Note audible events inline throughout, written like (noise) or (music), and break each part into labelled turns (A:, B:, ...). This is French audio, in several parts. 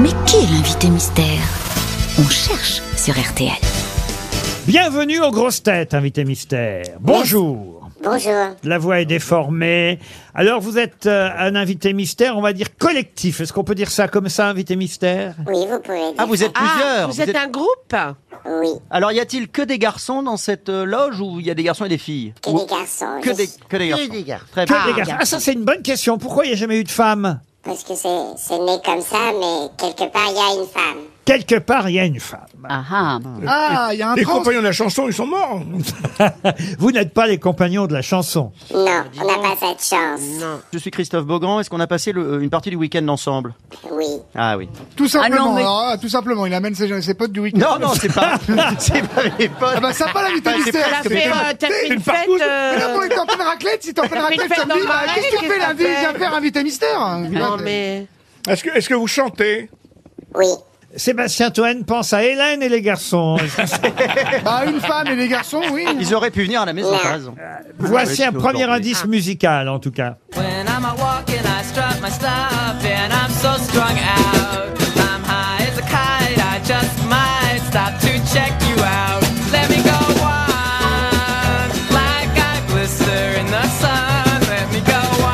A: Mais qui est l'invité mystère On cherche sur RTL.
B: Bienvenue aux grosses têtes, invité mystère. Bonjour.
C: Bonjour.
B: La voix est déformée. Alors, vous êtes euh, un invité mystère, on va dire collectif. Est-ce qu'on peut dire ça comme ça, invité mystère
C: Oui, vous pouvez dire.
D: Ah, vous êtes plusieurs.
E: vous,
D: vous
E: êtes,
D: êtes-
E: un groupe
C: Oui,
D: Alors, y a-t-il que des garçons dans cette euh, loge ou il y a des garçons et des filles
C: que
D: Ou-
C: des garçons.
D: que
C: je-
D: des, que des garçons. Très
B: Que
D: bien.
B: des garçons. Ah, ça, c'est une bonne question. Pourquoi il n'y a jamais eu de femme
C: Parce que c'est c'est né comme ça, mais quelque part, il y a une femme.
B: Quelque part, il y a une femme.
A: Ah ah.
F: Ah, il y a un
G: Les
F: trans.
G: compagnons de la chanson, ils sont morts.
B: (laughs) Vous n'êtes pas les compagnons de la chanson.
C: Non, on n'a pas cette chance.
D: Je suis Christophe Beaugrand. Est-ce qu'on a passé le- euh, une partie du week-end ensemble
C: Oui.
D: Ah oui.
F: Tout simplement,
A: Ah non, mais-
F: alors, ah, tout simplement, il amène ses, ses potes du week-end.
D: Non, non, c'est pas. c'est pas mes potes.
F: Ah bah ça pas l'invité
D: Bah, c'est
F: mystère.
E: T'as
D: pas-
E: fait, euh, t'as fait une fête
F: Mais là,
E: euh,
F: pour être en pleine raclette, si t'es en pleine
E: T'as fait
F: raclette,
E: une fête
F: samedi,
E: dans le
F: bah,
E: marais,
F: qu'est-ce que tu
E: qu'est-ce
F: fais
E: que
F: lundi
E: t'as fait
F: Viens faire invité mystère. hein,
E: Non mais...
G: Est-ce que, est-ce que vous chantez
C: Oui.
B: Sébastien Toen pense à Hélène et
G: (laughs)
B: les garçons. (laughs)
F: Bah, une femme et les garçons, oui.
D: Ils auraient pu venir à la maison,
C: Ouais.
D: par exemple.
B: Voici un premier
D: Aujourd'hui.
B: indice musical, en tout cas.
H: When I'm out walking, I strut my stuff, and I'm so strung out. I'm high as a kite, I just might stop to check you out. Let me go on, like I blister in the sun. Let me go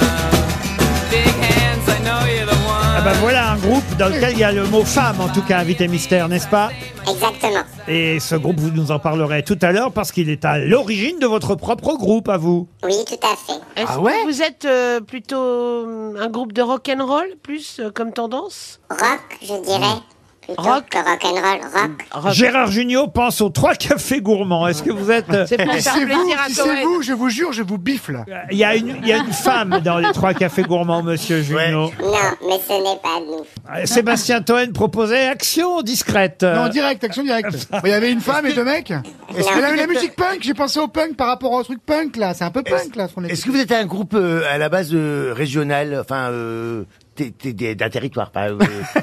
H: on, big hands, I know you're the one.
B: Ah bah voilà un groupe dans lequel il y a le mot femme, en tout cas, invité mystère, n'est-ce pas
C: Exactement.
B: Et ce groupe, vous nous en parlerez tout à l'heure parce qu'il est à l'origine de votre propre groupe, à vous.
C: Oui, tout à fait.
E: Est-ce que vous êtes euh, plutôt euh, un groupe de rock and roll plus euh, comme tendance
C: Rock, je dirais.
D: Hmm.
C: Plutôt
E: Rock.
C: que rock'n'roll. Rock.
B: Gérard Junior pense aux trois cafés gourmands. Est-ce que vous êtes... euh,
E: C'est pour
F: Si
E: faire
F: c'est vous,
E: plaisir à
F: si
E: Cohen.
F: c'est vous, je vous jure, je vous bifle.
B: Il y, a une, il y a une femme dans les trois cafés gourmands, monsieur Junio.
C: Non, mais ce n'est pas nous.
B: Euh, Sébastien Toen proposait action discrète. Euh,
F: Non, direct, action directe. Bah, Il y avait une femme et deux mecs. Mais
C: que-
F: la, la musique punk, j'ai pensé au punk par rapport au truc punk là. C'est un peu punk là. ce qu'on est-
I: Est-ce que vous êtes
D: (laughs)
I: un groupe euh, à la base euh, régional, enfin euh, t'es- t'es- t'es- d'un territoire, pas euh,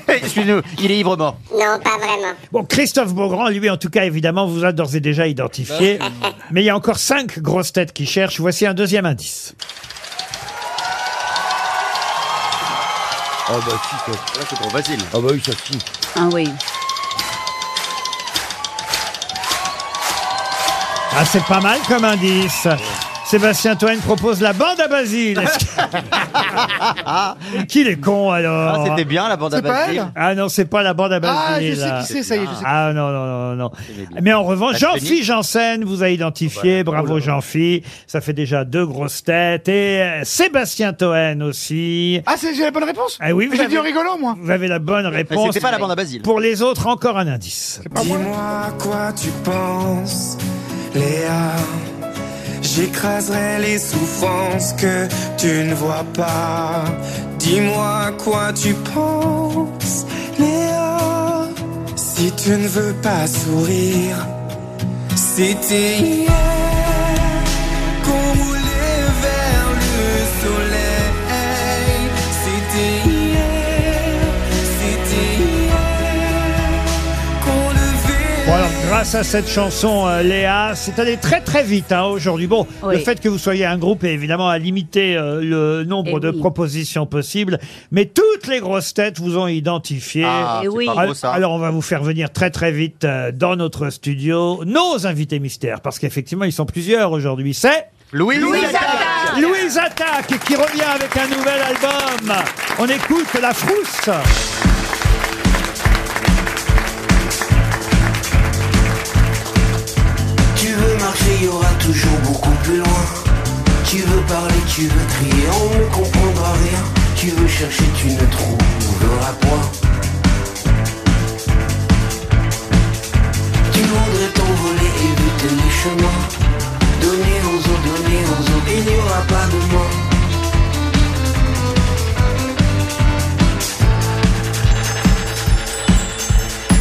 D: Excusez-nous, il est ivre mort.
C: Non, pas vraiment.
B: Bon, Christophe Beaugrand, lui, en tout cas, évidemment, vous a d'ores et déjà identifié. Mais il y a encore cinq grosses têtes qui cherchent. Voici un deuxième indice.
I: Ah bah si, ça-
D: Là, c'est trop facile.
I: ah bah oui, ça si.
A: Ah oui.
B: Ah, c'est pas mal comme indice. Sébastien Toen propose la bande à Basile.
F: (laughs)
B: Est-ce que- Qu'il est con alors.
D: Ah, c'était bien la bande à
F: C'est pas
D: Basile.
F: elle
B: Ah non, c'est pas la bande à
F: Ah,
B: Basile.
F: je sais
B: là.
F: qui c'est, ça y est, je sais.
B: Ah non, non, non, non. Mais en revanche,
D: La
B: Jean-Phi
D: chenille.
B: Janssen vous a identifié.
F: Oh
B: Bravo Jean-Phi. Ça fait déjà deux grosses têtes. Et euh, Sébastien Toen aussi.
F: Ah, c'est j'ai la bonne réponse.
B: Ah oui, vous
F: J'ai dit en
B: avez-
F: rigolant moi.
B: Vous avez la bonne
D: Mais
B: réponse.
D: C'était pas la bande à Basile.
B: Pour les autres, encore un indice.
J: Dis-moi à quoi tu penses, Léa. J'écraserai les souffrances que tu ne vois pas. Dis-moi à quoi tu penses, Léa. Si tu ne veux pas sourire, c'était hier qu'on roulait vers le soleil. C'était hier, c'était hier qu'on levait.
B: Bon alors, grâce à cette chanson, euh, Léa, c'est allé très très vite hein, aujourd'hui. Bon,
A: Oui.
B: le fait que vous soyez un groupe est évidemment à limiter euh, le nombre
A: Eh
B: de
A: oui.
B: propositions possibles, mais toutes les grosses têtes vous ont identifié.
D: Ah,
A: Eh
D: c'est
A: oui.
D: pas beau, ça.
B: Alors on va vous faire venir très très vite euh, dans notre studio nos invités mystères, parce qu'effectivement ils sont plusieurs aujourd'hui. C'est
D: Louis, Louis
B: Louise Attaque qui revient avec un nouvel album. On écoute La Frousse.
J: Tu veux marcher, il y aura toujours beaucoup plus loin. Tu veux parler, tu veux crier, on ne comprendra rien. Tu veux chercher, tu ne trouveras point. Tu voudrais t'envoler, éviter les chemins. Donner aux autres, donner aux autres, il n'y aura pas de mort.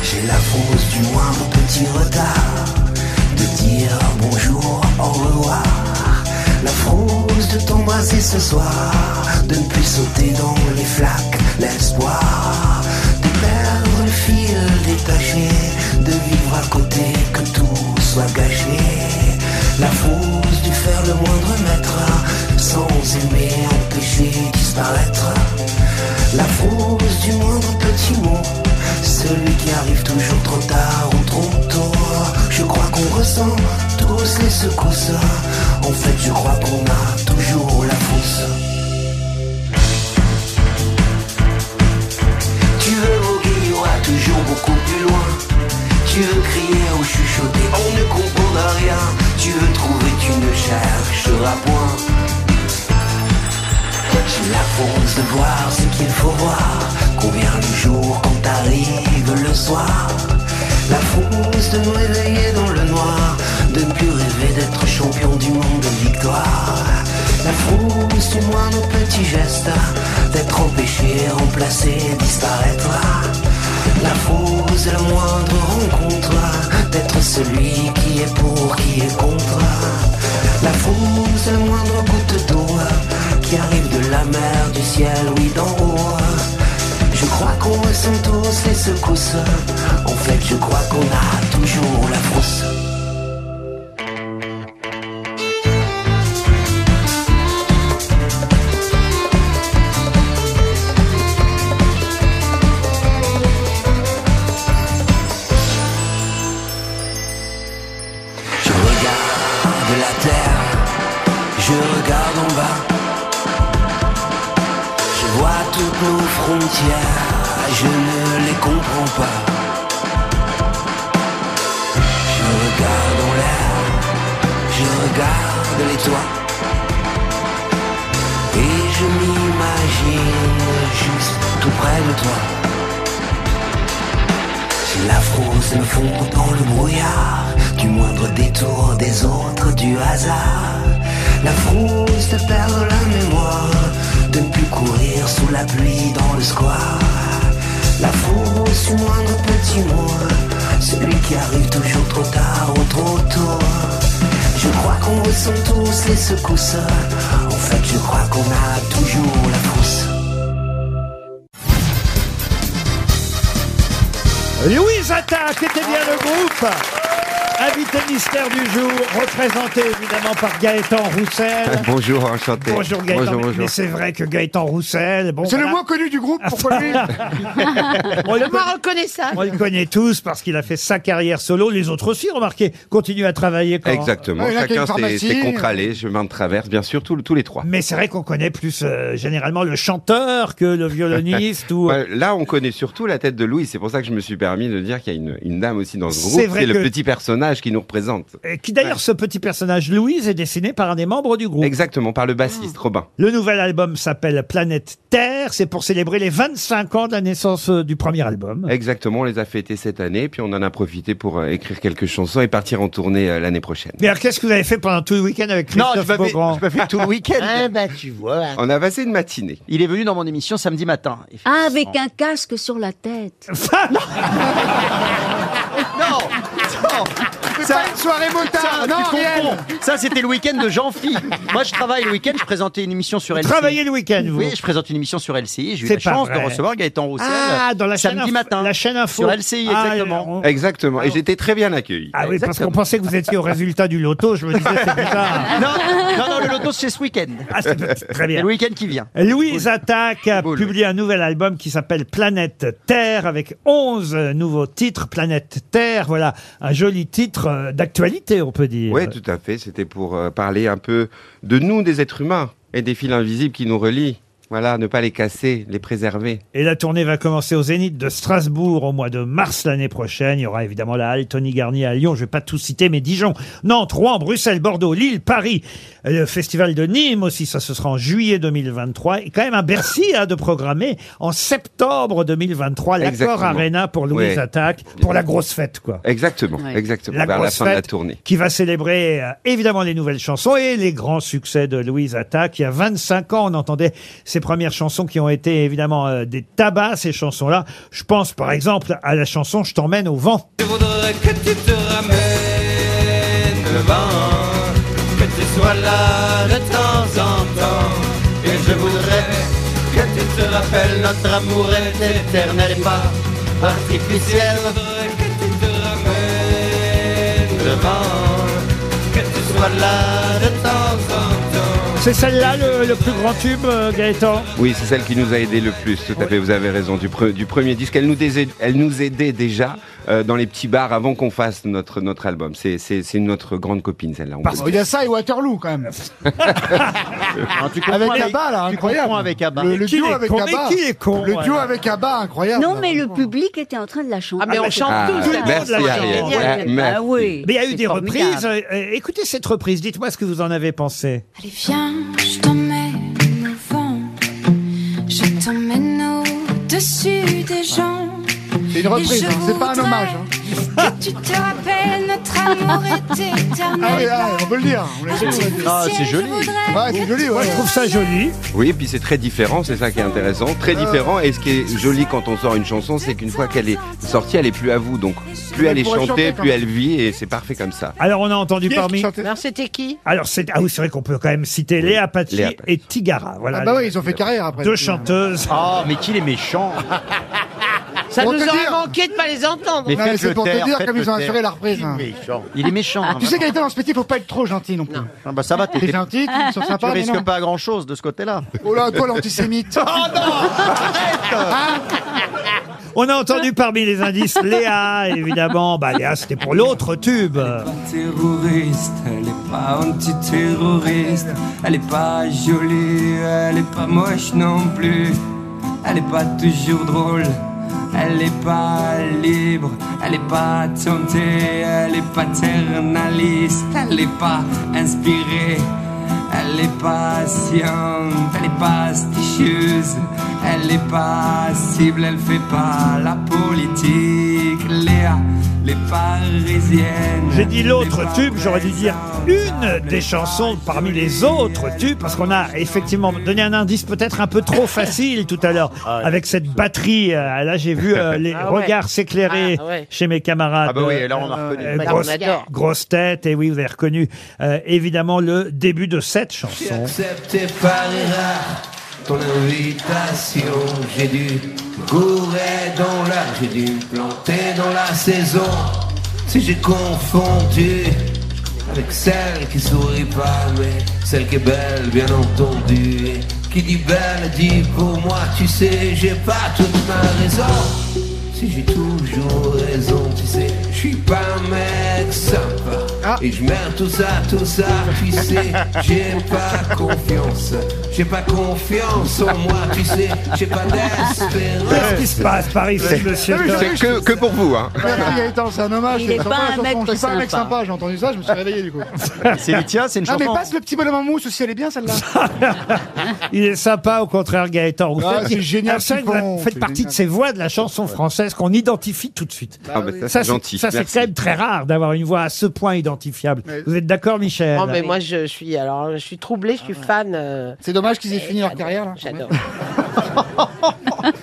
J: J'ai la fausse du moindre petit retard De dire bonjour, au revoir La fausse de t'embrasser ce soir De ne plus sauter dans les flaques, l'espoir De perdre le fil détaché De vivre à côté, que tout soit gâché La fausse du faire le moindre mètre Sans aimer, empêcher, disparaître La fausse du moindre petit celui qui arrive toujours trop tard ou trop tôt. Je crois qu'on ressent tous les secousses. En fait, je crois qu'on a toujours la fausse. Tu veux voguer, il y aura toujours beaucoup plus loin. Tu veux crier ou chuchoter, on ne comprendra rien. Tu veux trouver, tu ne chercheras point. J'ai la force de voir ce qu'il faut voir. Combien le jour quand t'arrives le soir. La force de nous réveiller dans le noir. De ne plus rêver d'être champion du monde de victoire. La force du moins nos petits gestes. D'être empêché, remplacé, disparaître. La force de la moindre rencontre. D'être celui qui est pour, qui est contre. La force de la moindre goutte d'eau qui arrive de la mer, du ciel, oui d'en haut. Je crois qu'on ressent tous les secousses. En fait, je crois qu'on a toujours la frousse. Je regarde la terre, je regarde en bas. Je vois toutes nos frontières, je ne les comprends pas. Je regarde en l'air, je regarde les toits. Et je m'imagine juste tout près de toi. J'ai la frousse me fond dans le brouillard, du moindre détour des autres, du hasard. La frousse de perdre la mémoire, de ne plus courir sous la pluie dans le square. La frousse du moindre petit mot, celui qui arrive toujours trop tard ou trop tôt. Je crois qu'on ressent tous les secousses, en fait je crois qu'on a toujours la frousse.
B: Louise Attaque était bien le groupe. Invité mystère du jour, représenté évidemment par Gaëtan Roussel.
D: Bonjour, enchanté.
B: Bonjour Gaëtan, mais- mais c'est vrai que Gaëtan Roussel, bon,
F: C'est le
B: voilà,
F: moins connu du groupe, pourquoi lui
B: on, le
E: Moi,
B: connaît, Ah, on
E: reconnaissable.
B: le connaît tous parce qu'il a fait sa carrière solo. Les autres aussi, remarquez, continuent à travailler. Quand...
K: Exactement,
F: Ouais, là, qu'il y a
K: chacun
F: une
K: ses,
F: pharmacie.
K: ses contre-allées, je m'en traverse, bien sûr, tous tous les trois.
B: Mais c'est vrai qu'on connaît plus euh, généralement le chanteur que le violoniste ou... euh,
K: Ouais, Là, on connaît surtout la tête de Louis, c'est pour ça que je me suis permis de dire qu'il y a une, une dame aussi dans ce
B: C'est
K: groupe,
B: vrai
K: c'est
B: que-
K: le petit personnage qui nous représente.
B: Et qui d'ailleurs, ce petit personnage Louise est dessiné par un des membres du groupe.
K: Exactement, par le bassiste, Robin.
B: Le nouvel album s'appelle Planète Terre. C'est pour célébrer les 25 ans de la naissance euh, du premier album.
K: Exactement, on les a fêtés cette année, puis on en a profité pour euh, écrire quelques chansons et partir en tournée euh, l'année prochaine.
B: Mais alors, qu'est-ce que vous avez fait pendant tout le week-end avec
D: Non,
B: Christophe
D: tu m'as fait,
B: Beaugrand (laughs)
D: tu m'as fait tout le week-end.
I: Ah bah tu vois.
K: On a passé une matinée.
D: Il est venu dans mon émission samedi matin.
A: Ah, Avec un casque sur la tête.
B: Ah,
D: Non, non,
F: C'est
D: ça,
F: pas une soirée
D: ça,
F: motard, non,
D: tu
F: réel.
D: comprends. Ça, c'était le week-end de Jean-Phi. Moi, je travaille le week-end, je présentais une émission sur LCI.
B: Travaillez le week-end, vous
D: Oui, je présente une émission sur LCI. J'ai eu
B: C'est
D: la
B: pas
D: chance
B: vrai.
D: de recevoir Gaëtan Roussel
B: Ah, dans la chaîne
D: samedi
B: info-
D: matin.
B: La chaîne info.
D: Sur LCI,
B: Ah,
D: exactement.
B: on-
K: Exactement, et j'étais très bien accueilli.
B: Ah oui, parce qu'on
K: Exactement.
B: pensait que vous étiez au résultat du loto. Je me disais, c'est
D: (laughs)
B: bizarre.
D: Non, non, non, le loto, c'est ce week-end.
B: Ah, c'est très
D: C'est
B: bien.
D: le week-end qui vient.
B: Louise Attaque a
K: Boule.
B: publié un nouvel album qui s'appelle Planète Terre avec 11 nouveaux titres. Planète Terre, voilà un joli titre euh, d'actualité, on peut dire.
K: Oui, tout à fait. C'était pour euh, parler un peu de nous, des êtres humains, et des fils invisibles qui nous relient. Voilà, ne pas les casser, les préserver.
B: Et la tournée va commencer au Zénith de Strasbourg au mois de mars l'année prochaine. Il y aura évidemment la Halle Tony Garnier à Lyon, je vais pas tout citer, mais Dijon, Nantes, Rouen, Bruxelles, Bordeaux, Lille, Paris. Euh, Le festival de Nîmes aussi, ça ce sera en juillet 2023. Et quand même un Bercy hein, de programmer en septembre 2023 l'accord
K: Exactement.
B: Arena pour Louise
K: Ouais.
B: Attaque, pour la grosse fête quoi.
K: Exactement,
E: Ouais.
K: exactement.
B: La
K: vers la
B: grosse
K: fin de la
B: fête
K: tournée.
B: qui va célébrer euh, évidemment les nouvelles chansons et les grands succès de Louise Attaque. Il y a 25 ans, on entendait ses premières chansons qui ont été évidemment euh, des tabacs, ces chansons-là. Je pense par exemple à la chanson Je t'emmène au vent.
H: Je voudrais que tu te ramènes le vent, que tu sois là de temps en temps. Et je voudrais que tu te rappelles notre amour est éternel et pas artificiel. Je voudrais que tu te ramènes le vent, que tu sois là de temps en temps.
B: C'est celle-là le, le plus grand tube, euh, Gaëtan
K: Oui, c'est celle qui nous a aidé le plus, tout à fait, vous avez raison. Du, pre- du premier disque, elle nous, dés- elle nous aidait déjà euh, dans les petits bars avant qu'on fasse notre, notre album. C'est- C'est c'est notre grande copine, celle-là. on peut
F: Parce
K: le
F: qu'il y
K: dire.
F: a ça et Waterloo quand même.
D: tu
F: avec
D: comprends-
F: Abba là,
D: tu
F: incroyable.
D: comprends avec Abba.
F: Le, le
D: Mais qui
F: duo
D: est
F: avec
D: con-
F: Abba.
D: mais qui est con,
F: le
D: ouais.
F: duo avec Abba, incroyable.
L: Non, mais le public était en train de la chanter.
H: Ah, mais on chante
K: Ah,
H: tous. là.
K: merci,
H: On chante.
K: Ariel.
H: Ouais.
K: Ouais, merci.
L: Ah oui.
B: Mais il y a eu
L: C'est
B: des
L: formidable.
B: reprises. Euh, euh, écoutez cette reprise, dites-moi ce que vous en avez pensé.
M: Allez, viens, je t'emmène au vent. Je t'emmène au-dessus des gens.
F: C'est une reprise,
M: Et je
F: hein, c'est pas un
M: voudrais
F: hommage. hein.
M: que tu te rappelles, notre amour est
F: Ah oui,
M: éternel.
F: ah, on peut le dire. on l'a dit, on l'a dit.
K: Ah, c'est joli.
F: Ouais, c'est joli, ouais.
B: trouve ça joli.
K: Oui, et puis c'est très différent, c'est ça qui est intéressant. Très
H: hein.
K: différent. Et ce qui est joli quand on sort une chanson, c'est qu'une fois qu'elle est sortie, elle est plus à vous. Donc plus elle est
B: pourrait chanter
K: chantée,
B: quand
K: plus
B: même.
K: elle vit, et c'est parfait comme ça.
B: Alors, on a entendu
H: Qui est-ce
B: parmi.
H: Alors, c'était qui
B: Alors, c'est. Ah oui, c'est vrai qu'on peut quand même citer Léa Patry
K: Léa Patry.
B: et Tigara. Voilà.
F: Ah bah oui, ils ont fait carrière après.
B: Deux chanteuses.
D: Oh, mais qu'il est méchant.
H: Ça
F: Pour
H: nous
F: te
H: aurait
F: dire.
H: manqué de pas les entendre.
D: Mais
F: Non, mais
D: faites
F: c'est
D: le
F: pour te
D: taire,
F: dire
D: faites
F: comme
D: le
F: ils ont assuré
D: taire.
F: la reprise. hein.
N: Méchant.
D: Il est méchant. hein,
F: Tu sais
D: vraiment.
F: Gaëtan, dans ce métier, faut pas être trop gentil non plus.
D: Ah bah ça va, t'es-
F: T'es
D: t'es-
F: gentil, tu sont
D: tu
F: sympas, mais
D: risques
F: non.
D: pas Ah, grand chose de ce côté-là.
F: Oh là,
D: (laughs)
F: toi l'antisémite.
B: On a entendu parmi les indices Léa, évidemment. Bah, Léa, c'était pour l'autre tube.
J: terroriste, elle est pas antiterroriste, elle est pas jolie, elle est pas moche non plus, elle est pas toujours drôle, elle est pas libre, elle est pas tentée, elle est paternaliste, elle est pas inspirée. Elle est patiente, elle est pasticheuse, elle est pas cible, elle fait pas la politique. Léa, les parisiennes.
B: J'ai dit l'autre tube, j'aurais dû dire une des chansons parmi les autres tubes, parce qu'on a effectivement donné un indice peut-être un peu trop facile tout à l'heure,
N: Ah ouais.
B: avec cette batterie. euh, Là, j'ai vu euh, les
H: (laughs) Ah ouais.
B: regards s'éclairer
H: Ah ouais.
B: chez mes camarades.
K: Ah bah oui, là, on
B: euh,
K: a reconnu.
B: euh,
H: Là, on
B: grosse,
H: adore.
B: grosse tête, et oui, vous avez reconnu euh, évidemment le début de cette chanson.
J: Accepté par erreur ton invitation. J'ai dû courir dans l'air, j'ai dû planter dans la saison. Si j'ai confondu avec celle qui sourit pas, mais celle qui est belle, bien entendu. Et qui dit belle dit pour moi, tu sais, j'ai pas toute ma raison. Si j'ai toujours raison, tu sais, je suis pas un mec sympa. Et je merde tout ça, tout ça, tu sais, j'ai pas confiance. J'ai pas confiance en moi, tu sais, j'ai pas
B: Qu'est-ce qui
J: d'espérance.
B: se passe par ici, monsieur
F: Ah oui,
B: Toen
K: C'est que, que pour vous, hein.
F: Merci Gaëtan, c'est un hommage.
L: Il
F: c'est
L: est
F: sympa,
L: pas
F: la
L: un
F: chanson.
L: mec
F: Je suis pas un mec
L: sympa.
F: sympa, j'ai entendu ça, je me suis réveillé du coup.
D: C'est Litia, c'est une
F: Ah mais
D: chanson.
F: passe le petit bonhomme en mousse aussi, elle est bien celle-là.
B: Il est sympa, au contraire, Gaëtan. Vous
F: Ah,
B: faites-
F: c'est génial
B: Alors, c'est vrai
F: ce
B: que
F: qu'ils
B: vous
F: font,
B: faites
F: c'est
B: partie de
F: génial.
B: ces voix de la chanson française qu'on identifie tout de suite.
K: Ah bah,
B: Ça,
K: ça, c'est
B: c'est
K: gentil.
B: ça, c'est
K: merci.
B: quand même très rare d'avoir une voix à ce point identifiable.
F: Ouais.
B: Vous êtes d'accord, Michel
H: Oh, mais moi, je suis, alors, je suis troublé, je suis fan. euh,
F: C'est dommage qu'ils aient fini leur carrière là.
H: J'adore.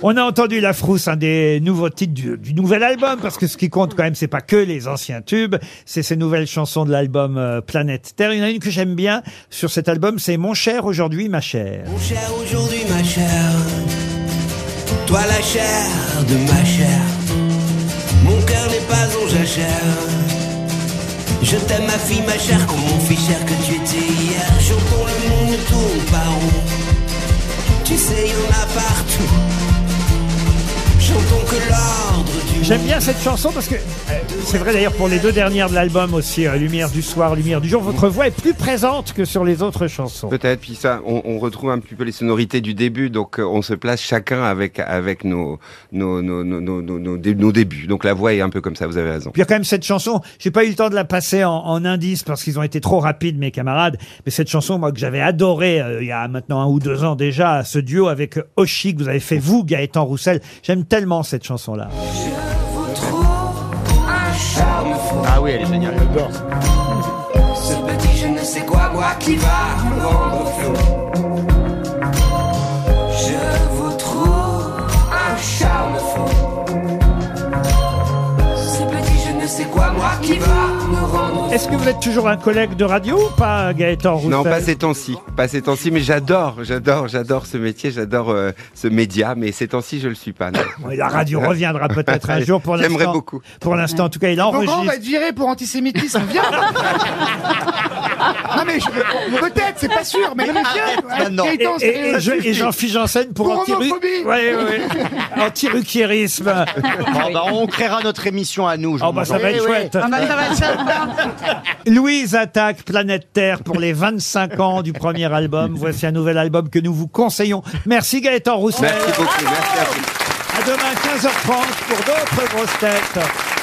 B: On a entendu La Frousse, un des nouveaux titres du, du nouvel album, parce que ce qui compte quand même, c'est pas que les anciens tubes, c'est ces nouvelles chansons de l'album euh, Planète Terre. Il y en a une que j'aime bien sur cet album, c'est Mon cher aujourd'hui, ma chère.
J: Mon cher aujourd'hui, ma chère, toi la chair de ma chair, mon cœur n'est pas en jachère. Je t'aime ma fille, ma chère, comme mon fils cher que tu étais hier. J'entends le monde ne tourne pas rond, tu sais, il y en a partout. J'entends que l'ordre du
B: J'aime bien cette chanson parce que euh, c'est vrai d'ailleurs pour les deux dernières de l'album aussi, euh, Lumière du soir, Lumière du jour, votre voix est plus présente que sur les autres chansons.
K: Peut-être, puis ça, on, on retrouve un petit peu les sonorités du début, donc euh, on se place chacun avec, avec nos, nos, nos, nos, nos, nos- nos dé- nos débuts. Donc la voix est un peu comme ça, vous avez raison.
B: Puis il y a quand même cette chanson, j'ai pas eu le temps de la passer en, en indice parce qu'ils ont été trop rapides mes camarades, mais cette chanson moi que j'avais adorée euh, il y a maintenant un ou deux ans déjà, ce duo avec Oshi que vous avez fait vous, Gaëtan Roussel, j'aime tellement cette chanson-là.
D: Ah oui, elle est géniale.
J: Ce petit je ne sais quoi moi qui va me rendre fou. Je vous trouve un charme fou. Ce petit je ne sais quoi moi qui va me rendre
B: Est-ce que vous êtes toujours un collègue de radio ou pas, Gaëtan Roussel
K: Non, pas ces temps-ci, pas ces temps-ci, mais j'adore, j'adore, j'adore ce métier, j'adore euh, ce média, mais ces temps-ci, je le suis pas. non.
B: (laughs) La radio reviendra peut-être
K: (laughs)
B: un jour. Pour l'instant,
K: J'aimerais beaucoup.
B: Pour l'instant, en tout cas, il
F: Beaugrand va
B: enregistre.
F: être viré pour antisémitisme, viens Non mais, je- peut-être, c'est pas sûr, mais viens
B: Et,
F: Gaëtan,
B: et- et-
F: c'est-
B: et- et
F: (laughs)
B: Jean-Philippe Janssen pour,
F: Pour
B: anti-ru-
F: homophobie.
B: Ouais, ouais,
F: (laughs)
B: ouais. anti-ruquiérisme.
D: Bon, bah, on créera notre émission à nous. je
B: Oh,
D: vous
B: bah, ça
D: jure.
B: va être chouette. (laughs) Louise attaque Planète Terre pour les 25 ans du premier album. Voici un nouvel album que nous vous conseillons. Merci Gaëtan Roussel.
K: Merci beaucoup, merci à vous.
B: À demain 15h30 pour d'autres grosses têtes.